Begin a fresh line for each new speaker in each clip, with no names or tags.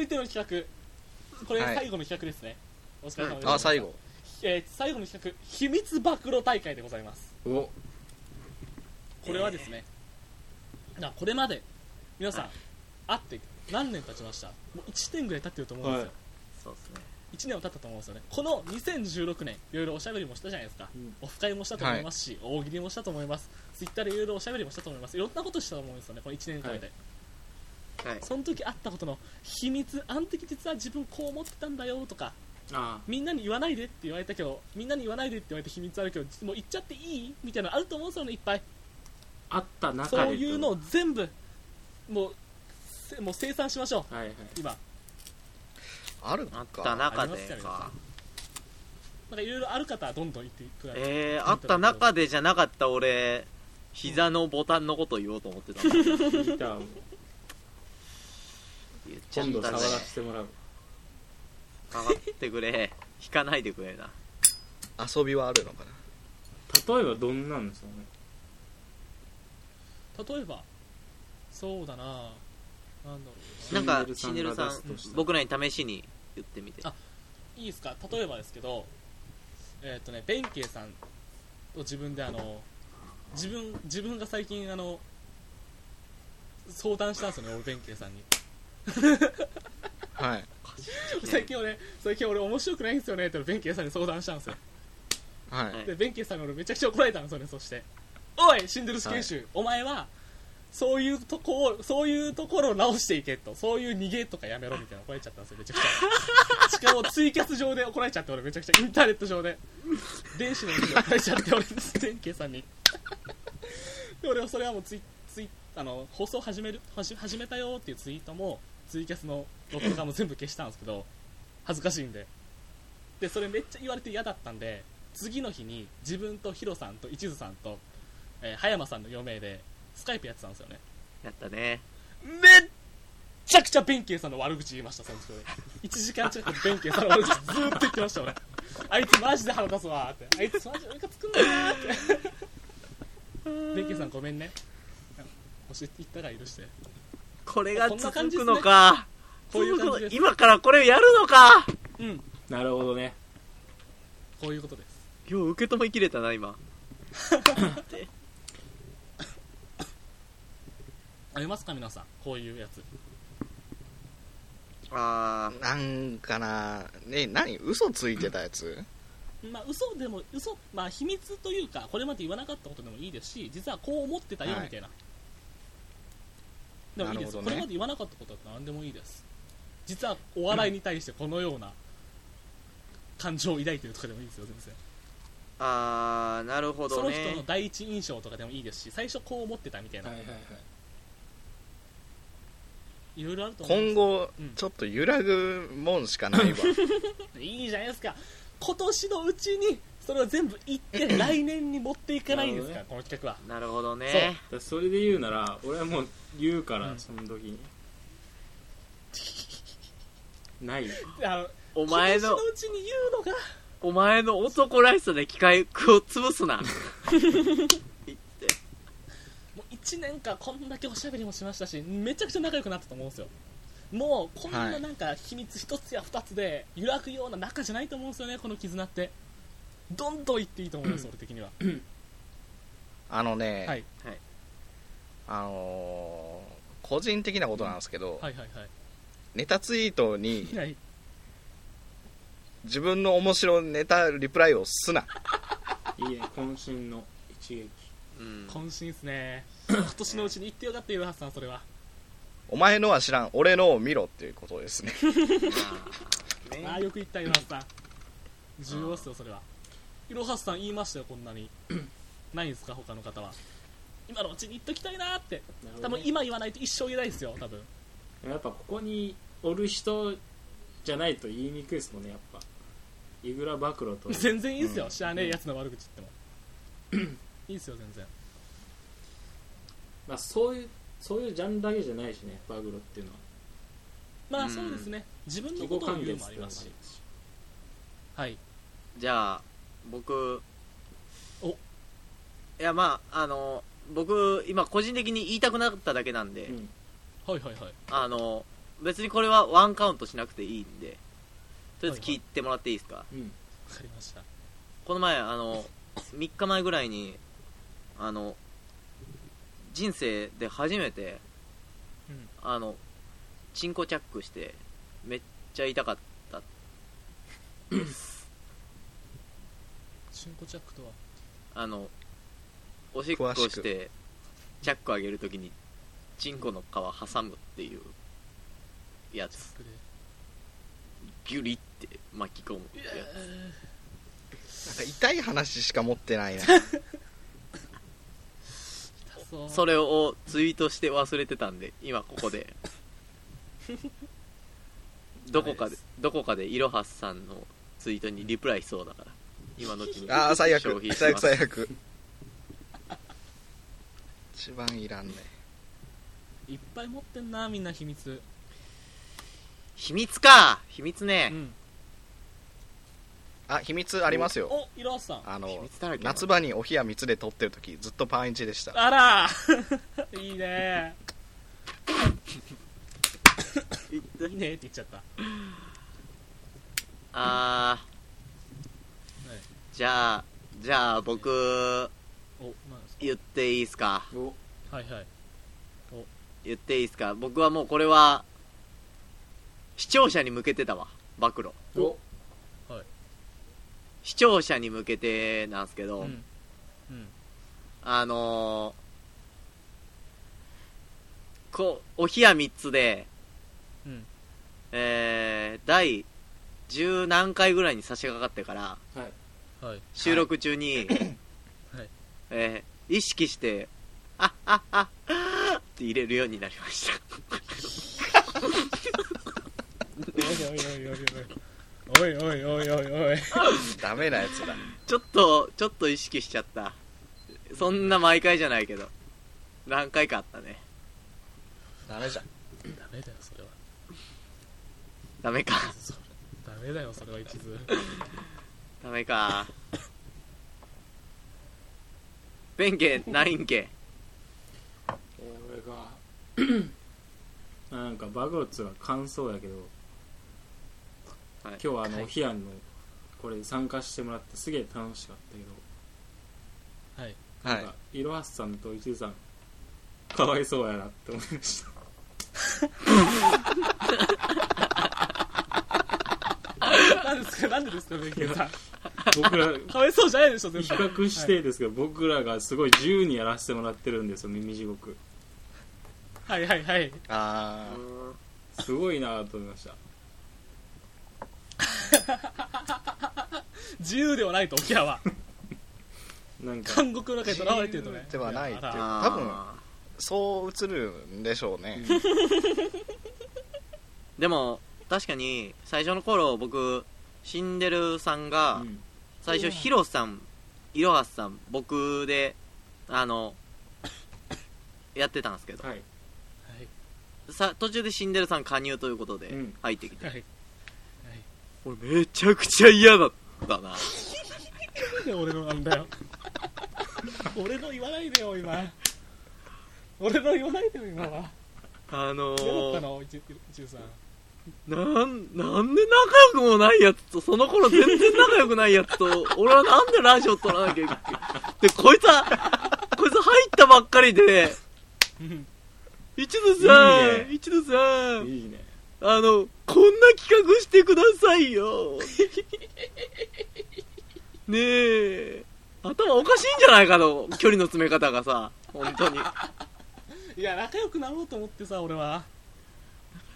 いての企画これ
はい
最後の企画ですね、お疲れ様です、
あ最後
えー最後の企画秘密暴露大会でございます
お
これはですね、なこれまで皆さん、会って何年経ちましたもう1年ぐらい経ってると思うんですよ、
はい
そうですね
1年は経ったと思うんですよねこの2016年いろいろおしゃべりもしたじゃないですか、
うん
オフ会もしたと思いますし、大喜利もしたと思いますツイッターでいろいろおしゃべりもしたと思いますいろんなことしたと思うんですよねこの1年間で、
はい
はい
その時あったことの秘密あの時実は自分こう思ってたんだよとか
あ
みんなに言わないでって言われたけどみんなに言わないでって言われて秘密あるけど実もう言っちゃっていいみたいなのあると思うんですよねいっぱい
ああった中
そ
で
ういうのを全部もうせもう生産しましょう
はいはい
今
ある
あ
か
った中
あります
で
よね
か
なんかいろいろある方はどんどん言ってください、
えー、あった中でじゃなかった俺膝のボタンのこと言おうと思ってたの
ギターも
言っちゃっ
今度
た
触ら
ね
せてもらう
上がってくれ引かないでくれな
遊びはあるのかな
例えばどんなんですかね
例えばそうだななんだろう
な
なん
か
シンデレラ
シンデレラさん
が出すとしたら
僕らに試しに言ってみて
あいいですか例えばですけどえーっ、とね弁慶さんと自分であの自分自分が最近あの相談したんですよね俺弁慶さんに
はい
最近俺最近俺面白くないんですよねって弁慶さんに相談したんですよ
はい、
はい
で弁慶さんに俺めちゃくちゃ怒られたんですよねそして「おいシンデルス研修、お前はそういうとこをそういうところを直していけ」と「そういう逃げとかやめろ」みたいな怒られちゃったんですよめちゃくちゃしかもツイキャス上で怒られちゃって俺めちゃくちゃインターネット上で電子の上で怒られちゃって俺弁慶さんにで俺はそれはもうツイツイあの放送始めるはじ始めたよっていうツイートもツイキャスの録画も全部消したんですけど恥ずかしいんででそれめっちゃ言われて嫌だったんで次の日に自分とヒロさんと一途さんと、えー葉山さんの4名でスカイプやってたんですよね
やったね
めっちゃくちゃ弁慶さんの悪口言いましたその時で1時間近く弁慶さんの悪口ずーっと言ってました 俺あいつマジで腹立つわーってあいつマジでムカつくんだよなーって弁慶さんごめんね教えて言ったら許して
これが
こんな
続
感じで
く
すね
のか
こういう感
続
じ
くの
です
今からこれをやるのか
うん
なるほどね
こういうことです
よう受け止めきれたな今で
ありますか皆さんこういうやつ
あ
なんかなね何嘘ついてたやつ
まあ嘘でも嘘まあ秘密というかこれまで言わなかったことでもいいですし実はこう思ってたよ
はい
みたいな、でもいいです、
なるほどね
これまで言わなかったことは何でもいいです実はお笑いに対してこのような感情を抱いてるとかでもいいですよ全然
ーあーなるほ
そ
ど
の人
ね
の第一印象とかでもいいですし最初こう思ってたみたいな、
はいはいはい
い、ろいろあると思うんで
今後
うん
ちょっと揺らぐもんし かないわ
すいいじゃないですか今年のうちにそれを全部言って来年に持っていかないんですから、
なる
この企画は
なるほどね
だからそれで言うなら俺はもう言うか
う
ら
ん
その時に、ないよ
あの
お前の
今年のうちに言うのが
お前の男らしさで機械を潰すな言って
もう1年間こんだけおしゃべりもしましたしめちゃくちゃ仲良くなったと思うんですよもうこんななんか秘密一つや二つで揺らぐような仲じゃないと思うんですよねこの絆ってどんどんいっていいと思います俺的には
あのね、
はい
あのー個人的なことなんですけど、
はいはいは
ネタツイートに
いはい
自分の面白いネタリプライをすな
いいね渾身の一撃
うん
渾身です ね今年のうちに行ってよかったよハッさんそれは
お前のは知らん俺のを見ろっていうことで すね
まあね
ああよく言ったよハッさん重要っすよそれはいろはさん言いましたよこんな にないんですか他の方は今のうちに行っときたいなーって
なるほ
多
ど
分
ね
今言わないと一生言えないですよ多分
やっぱここにおる人じゃないと言いにくいですもんねやっぱイグラ暴露と
全然いいですよ、
うん
知らねえやつの悪口言ってもいいですよ全然
まあ、そういうそういうジャンルだけじゃないしねバグロっていうのは
ま
う
あ
ん
そうですね、自分の
自
こ
己
とを
還
言う
元
のもありま
っていうのもありますす
し
し
はい
じゃあ僕
お
いやまああの僕今個人的に言いたくなっただけなんで、
うん
はいはいはい
あの別にこれはワンカウントしなくていいんでとりあえず聞いてもらっていいですか、
うん
かりました
この前あの3日前ぐらいにあの人生で初めて
うん
あのチンコチャックしてめっちゃ痛かった
チンコチャックとは
あのおしっこしてチャック上げるときにチンコの皮挟むっていうやつ
作れ
ギュリって巻き込むやつ
なんか痛い話しか持ってないな
痛そう
それをツイートして忘れてたんで今ここでどこかでどこかでいろはすさんのツイートにリプライしそうだから今のうちに
ああ最
消
悪
費し
最
ま
悪
す
最悪一番いらんね
いっぱい持ってんなみんな秘密
秘密か秘密
う
ね、
ん
あ秘密ありますよ
おいろはさん
あ
秘
の
密だらけだ
夏場にお冷や蜜で撮ってる時ずっとパンイチでした
あら いいねいいねって言っちゃった
ああじゃあじゃあ僕
おなんです
言っていいですか
お
かはいはい
言っていいですか僕はもうこれは視聴者に向けてだわ暴露
お
視聴者に向けてなんですけど、
うんうん
あのー、こうお冷や3つで、
うん
えー、第十何回ぐらいに差し掛かってから
はい
はい
収録中
は
に、
い
えー、意識して「ああああって入れるようになりました
おいおいおいおいおいおいおいおいおい
ダメなやつだ
ちょっと、ちょっと意識しちゃった。そんな毎回じゃないけど。何回かあったね。
ダメじゃん
ダメだよそれは
ダメか。
それダメだよそれは一途
ダメか。弁慶、ないんけ。
俺が なんかバグロツは感想やけど、
はい
今日はあの、
はい
おヒアンのこれ参加してもらってすげえ楽しかったけど
はい
は
なんかいろはすさんと一途さんかわいそうやなって 思いました
なんですか なんでですか弁慶さん
僕ら
かわいそうじゃないでしょ
比
全部
較してですけど、僕らがすごい自由にやらせてもらってるんですよ耳地獄
はいはいはい
いあー
すごいなと思いました
自由ではないと沖縄 は
なんか
監獄の中にとらわれてるとね
自由ではないっていう
やあら
多分そう映るんでしょうね
でも、確かに、最初の頃、僕、シンデレさんが、
うん
最
う
初、
ん
ヒロさん、イロハスさん、僕で、あの、 やってたんですけど、
はい
はい
さ途中でシンデレさん加入ということで
うん、
入ってきて、
はい
俺めちゃくちゃ嫌だったな。
なんで俺のなんだよ 俺の言わないでよ今俺の言わないでよ今は
あ
嫌だっ
の
た
ー、
の一中さん
なん、なんで仲良くもないやつと、その頃全然仲良くないやつと、俺はなんでラジオ撮らなきゃいけない。で、こいつは、こいつ入ったばっかりで、
うん
一度さ
いい
ん、
ね
一度さん、
いいね
あの、こんな企画してくださ いよ。ねえ、頭おかしいんじゃないかの、距離の詰め方がさ、本当に。
いや仲良くなろうと思ってさ俺は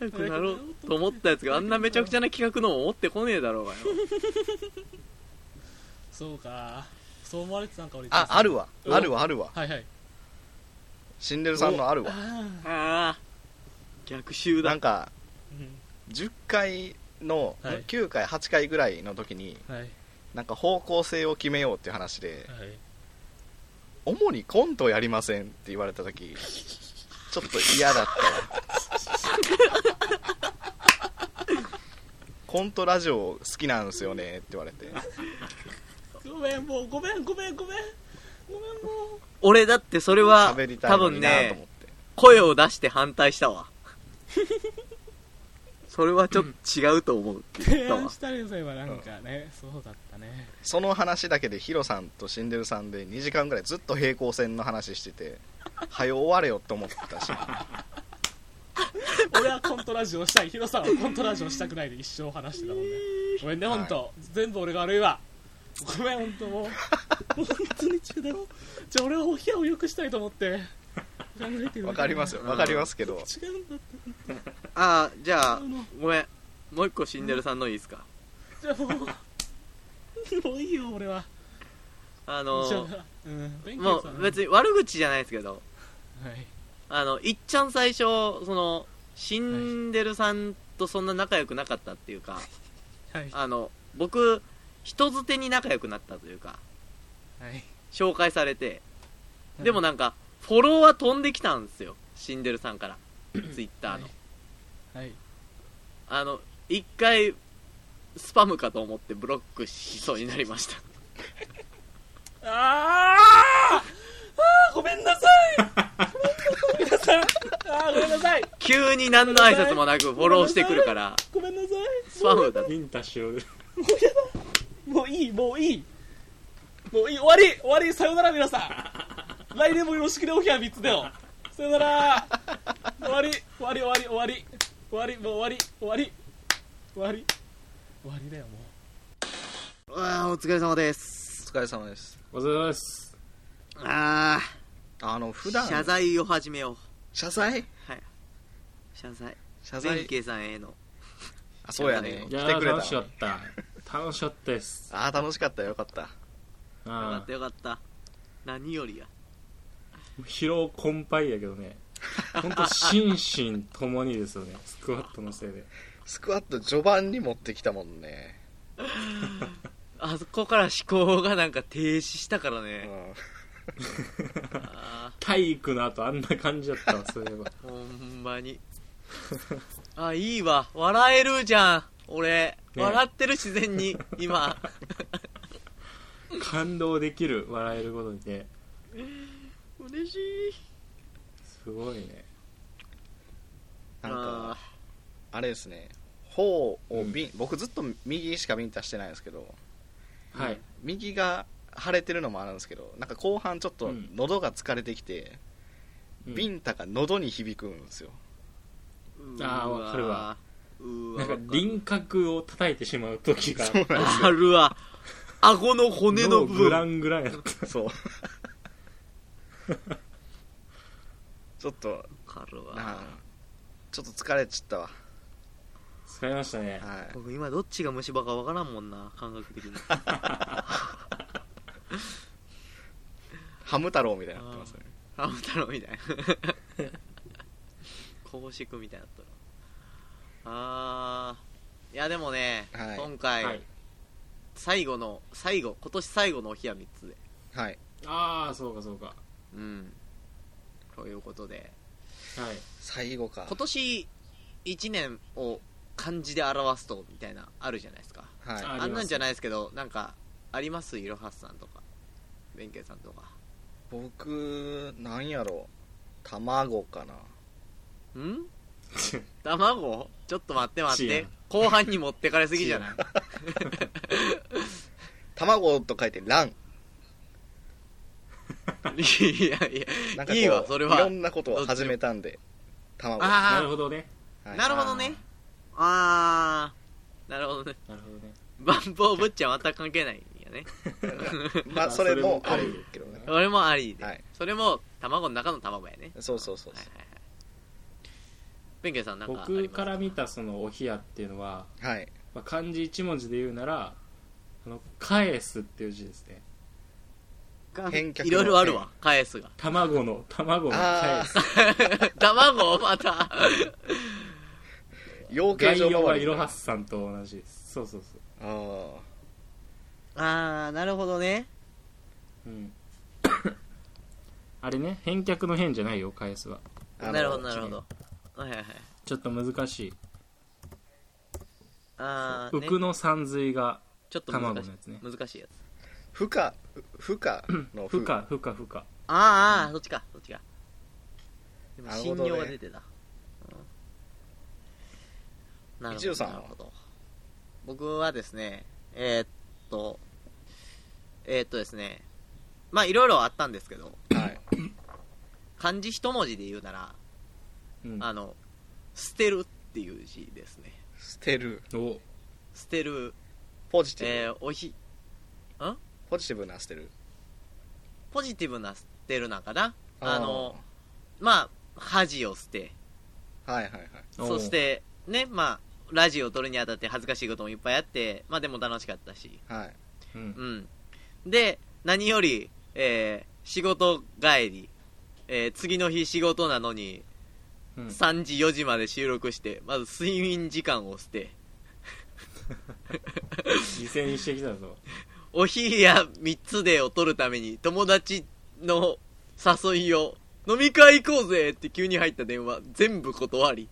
早くなろうと思ったやつがあんなめちゃくちゃな企画のを持ってこねえだろうがよ。
そうかそう思われてたんか俺
あある
わ
わあるわあるわ
はいはい
シンデレさんのあるわ
あ
ああ逆襲
な
だ
んか
ー
10回の
はい
9回8回ぐらいの時に
うんはい
なんか方向性を決めようっていう話で
はい
主にコントをやりませんって言われた時ちょっと嫌だったわ コントラジオ好きなんですよねって言われて
ごめんもうごめんごめんごめんごめんもう
俺だってそれは
喋りた
多
いの
分
になと思っ
ね
て
声を出して反対したわそれはちょっと違うと思うって言っ
提
た
案
わ
したりすればなんかね、そうだったね
その話だけでヒロさんとシンデルさんで2時間ぐらいずっと平行線の話してて「はよ終われよ」と思ったし
俺はコントラジオしたいヒロさんはコントラジオしたくないで一生話してたもんねごめんね
はい
本当、全部俺が悪いわごめん本当もう本当に違うだろじゃあ俺はお部屋を良くしたいと思って考えてる
わかりますよわかりますけど
違うんだって
ああじゃあ
あの
ごめんもう一個シンデレさんのいいですか
じゃあもう もういいよ俺は
あ
じゃ
の
あうん勉
も
強さ
う別に悪口じゃないですけど
はい
あのいっちゃん最初そのシンデレさんとそんな仲良くなかったっていうか
はい
あの僕人づてに仲良くなったというか
はい
紹介されてでもなんかフォロワー飛んできたんですよシンデレ さんからツイッターの
はい
あの一回スパムかと思ってブロックしそうになり ました
あーあーごめんなさい皆さんあーごめんなさい
急に何の挨拶もなくフォローしてくるから
ごめんなさ
スパムだ
ビンタ しよう
いもういいもういいもういい終わり終わりさよなら皆さん来年もよろしくねお部屋3つだよさよなら終わり終わり終わり終わり終わりもう終わり終わり終わり終わりだよも
ああお疲れ様で
お
す
疲れ様です
お疲れ様です
あ
あの普
あ
段
謝罪を始めよう
謝罪
はい謝罪
謝
弁
罪
慶さんへの
あそうやね来
謝
いや
て
ー
くれた
楽しか
の
っ
に
た楽しかったです
ああ楽しかったよかった
うん
よかったよかった何よりや
疲労困憊やけどね本当心身ともにですよねスクワットのせいで
スクワット序盤に持ってきたもんね、
あそこから思考がなんか停止したから
う
ね、
ん、
あ
体育の後あんな感じだったわそういえば
あほんまに あいいわ笑えるじゃん俺、
ね
笑ってる自然に 今
感動できる笑えることにね
嬉しい
すごいね
なん
あ
かあれですね頬をビン、僕ずっと右しかビンタしてないんですけど
はい
右が腫れてるのもあるんですけどなんか後半ちょっと
うん
喉が疲れてきて、
うん
ビンタが喉に響くんですよ
ー
あー
うー
わかるわ
うーわ
なんか
わる
輪郭を叩いてしまう時が
そうなんです
あるわ顎の骨の
脳
部
グラ
分
ングランやった
よそうちょっと
わかる
な
わ
あちょっと疲れちゃったわ
使いましたね
はい
僕今どっちが虫歯かわからんもんな感覚的に
ハム太郎みたいになってますね
ハム太郎みたいな 公式みたいになったあーいやでもね、
はい
今回、
はい
最後の最後今年最後のお冷や3つで
はい
ああそうかそうかは
うんということで
い
最後か
今年1年を漢字で表すとみたいなあるじゃないですか
はい
あ
あ
り
ん
ます
なんじゃないですけどなんかありますいろはすさんとか弁慶さんとか
僕なんやろう卵かなん
卵ちょっと待って待っ
違
て
う
後半に持ってかれすぎじ ゃない
卵と書いて卵
いやい
なんかこ
や
う
いいわそれはい
ろんなことを始めたんで卵は
な
あ
るほどね
あ
い
なるほどねああなるほどね
なるほどね
バンプオブっちゃまた関係ないんやね
まあそれもあるけどね
俺もありで、
はい
それも卵の中の卵やね
そうそうそう
はい
そ
はいはい弁慶さんなんかあります
僕から見たそのお冷やっていうのは、
うはい
まあ、漢字一文字で言うならあの返すっていう字ですね
返却の
いろいろあるわ返すが
卵の卵の返す
卵をま た
養鶏
概
場
要は
周
い
り
ろはすさんと同じですそうそうそ
あー
ああなるほどね
ううんあれね返却の返じゃないよ返すは
あの
なるほどなるほどはいはいはい
ちょっと難しい
ああ、ね、
浮の三髄が
ちょっと難し
卵のやつね
い難しいやつ
負荷負荷の
負荷負荷負荷
あーあー、そっちかそっちかでも
なる
信
ほどね
用が出てた、うんな
一
るほ
条
ど
さん
な
は
るほど僕はですねえーっとえーっとですねまあいろいろあったんですけど
はい、
漢字一文字で言うなら
うん
あの捨てるっていう字ですね
捨てる
お
捨てる
ポジティブ、
えーおひ
ポジティブな捨てる
ポジティブな捨てるなんかなあのまあ恥を捨て
あーはいはいはい
そし、てねまあラジオを撮るにあたって恥ずかしいこともいっぱいあってまあでも楽しかったし
はい
うん
うんで何より、えー仕事帰り、えー次の日仕事なのに
うん
3時4時まで収録してまず睡眠時間を捨て
犠牲にしてきたぞ
お昼や3つでを取るために友達の誘いを飲み会行こうぜって急に入った電話全部断り、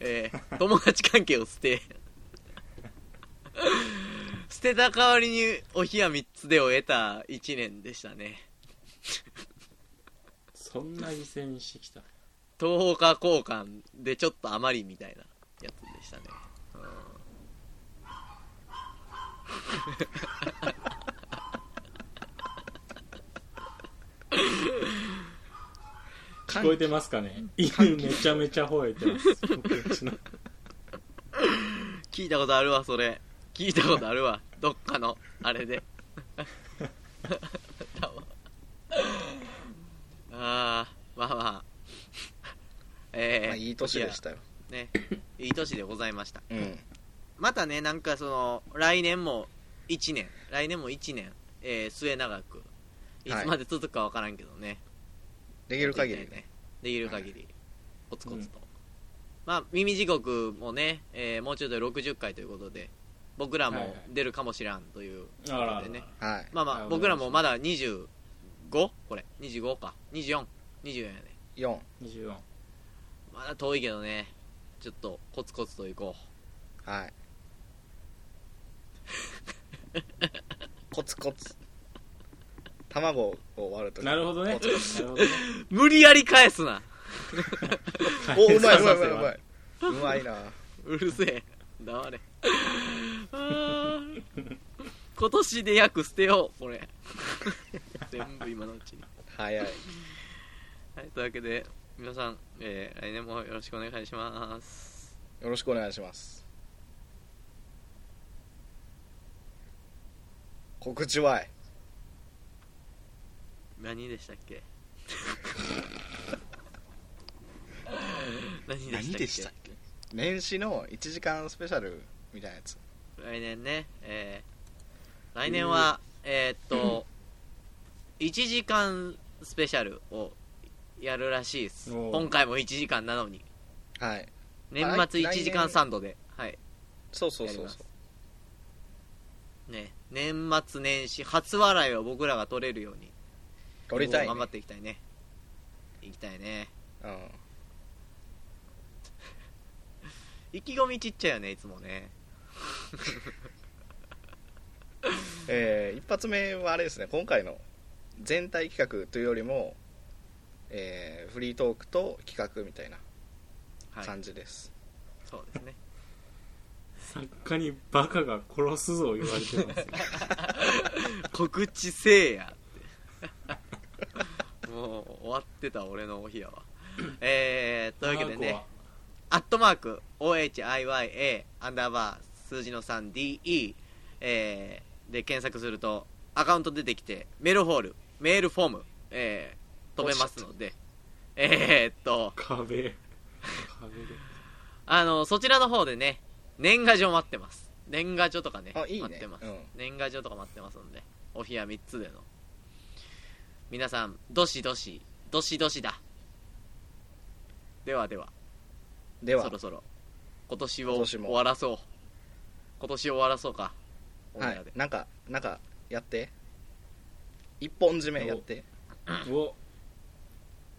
えー友達関係を捨て 捨てた代わりにお冷や3つでを得た1年でしたね
そんな犠牲にしてきた
東方交換でちょっと余りみたいなやつでしたね
聞こえてますかね犬めちゃめちゃ吠えてます僕んちの
聞いたことあるわそれ聞いたことあるわどっかのあれで だわああまあまあえー
まあ、いい年でしたよ
いやねいい年でございました
うん
またねなんかその来年も1年来年も1年、えー末永くい
はい
つまで続くかわからんけどね、
できる限り
でき
ね
る限りコツコツと、まあ耳地獄もね、えーもうちょっとで60回ということで僕ら
はいは
も
い
出るかもしらんという
あらあら
でね
はい
まあま
は
あ
い
僕らもまだ 25? これ25か2424やね
4
24
まだ遠いけどねちょっとコツコツといこ
はい コツコツ卵を割るとき
なるほどね
コツコツ
なるほどね
う無理やり返すな
おうまい
そ
ま
ううそ
いううまいうまい
そう
うまいな
うるせえ黙れあ ー今年で約捨てようこれ全部今のうちに
早い
はい、というわけで、皆さん、えー来年もよろしくお願いします。
よろしくお願いします告知はい
何でしたっけ 何でしたっけ
け年始の1時間スペシャルみたいなやつ
来年ね、えー来年は、えーっと、1時間スペシャルをやるらしいです。
おー
今回も1時間なのに。
はい
年
来
末1時間サンドで、はい、
そうそうそう
やりま
そ
すね、年末年始、初笑いを僕らが取れるように、
う撮りたい、ね
頑張っていきたいね。いきたいね。
うん、
意気込みちっちゃいよねいつもね
えー一発目はあれですね今回の全体企画というよりも、えーフリートークと企画みたいな
はい
感じです、
そうですね
作家にバカが殺すぞ言われて ます
告知せえやって もう終わってた俺のお部屋 はえー、というわけでねアットマーク OHIYA アンダーバー数字の 3DE、えー、で検索するとアカウント出てきてメールホールメールフォーム、えー、飛べますのでえー、っと
壁壁で
あのそちらの方でね年賀状待ってます年賀状とかね
あいいね
待ってます、
うん
年賀状とか待ってますんでお部屋3つでの皆さんどしどしどしどしだではでは
では
そろそろ今年を
今年
終
も
わらそう今年を終わらそうかお部
は
屋
い
で、
なんかなんかやって一本締めやって
お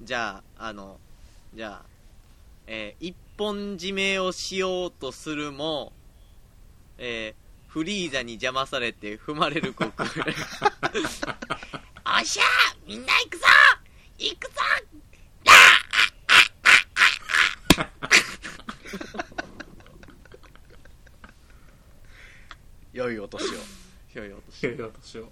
じゃああのじゃあえー一本締めをしようとするもえーフリーザに邪魔されて踏まれる 国おっしゃーみんな行くぞ行くぞ
良いお年を
ひょいお年
いろいろとしよう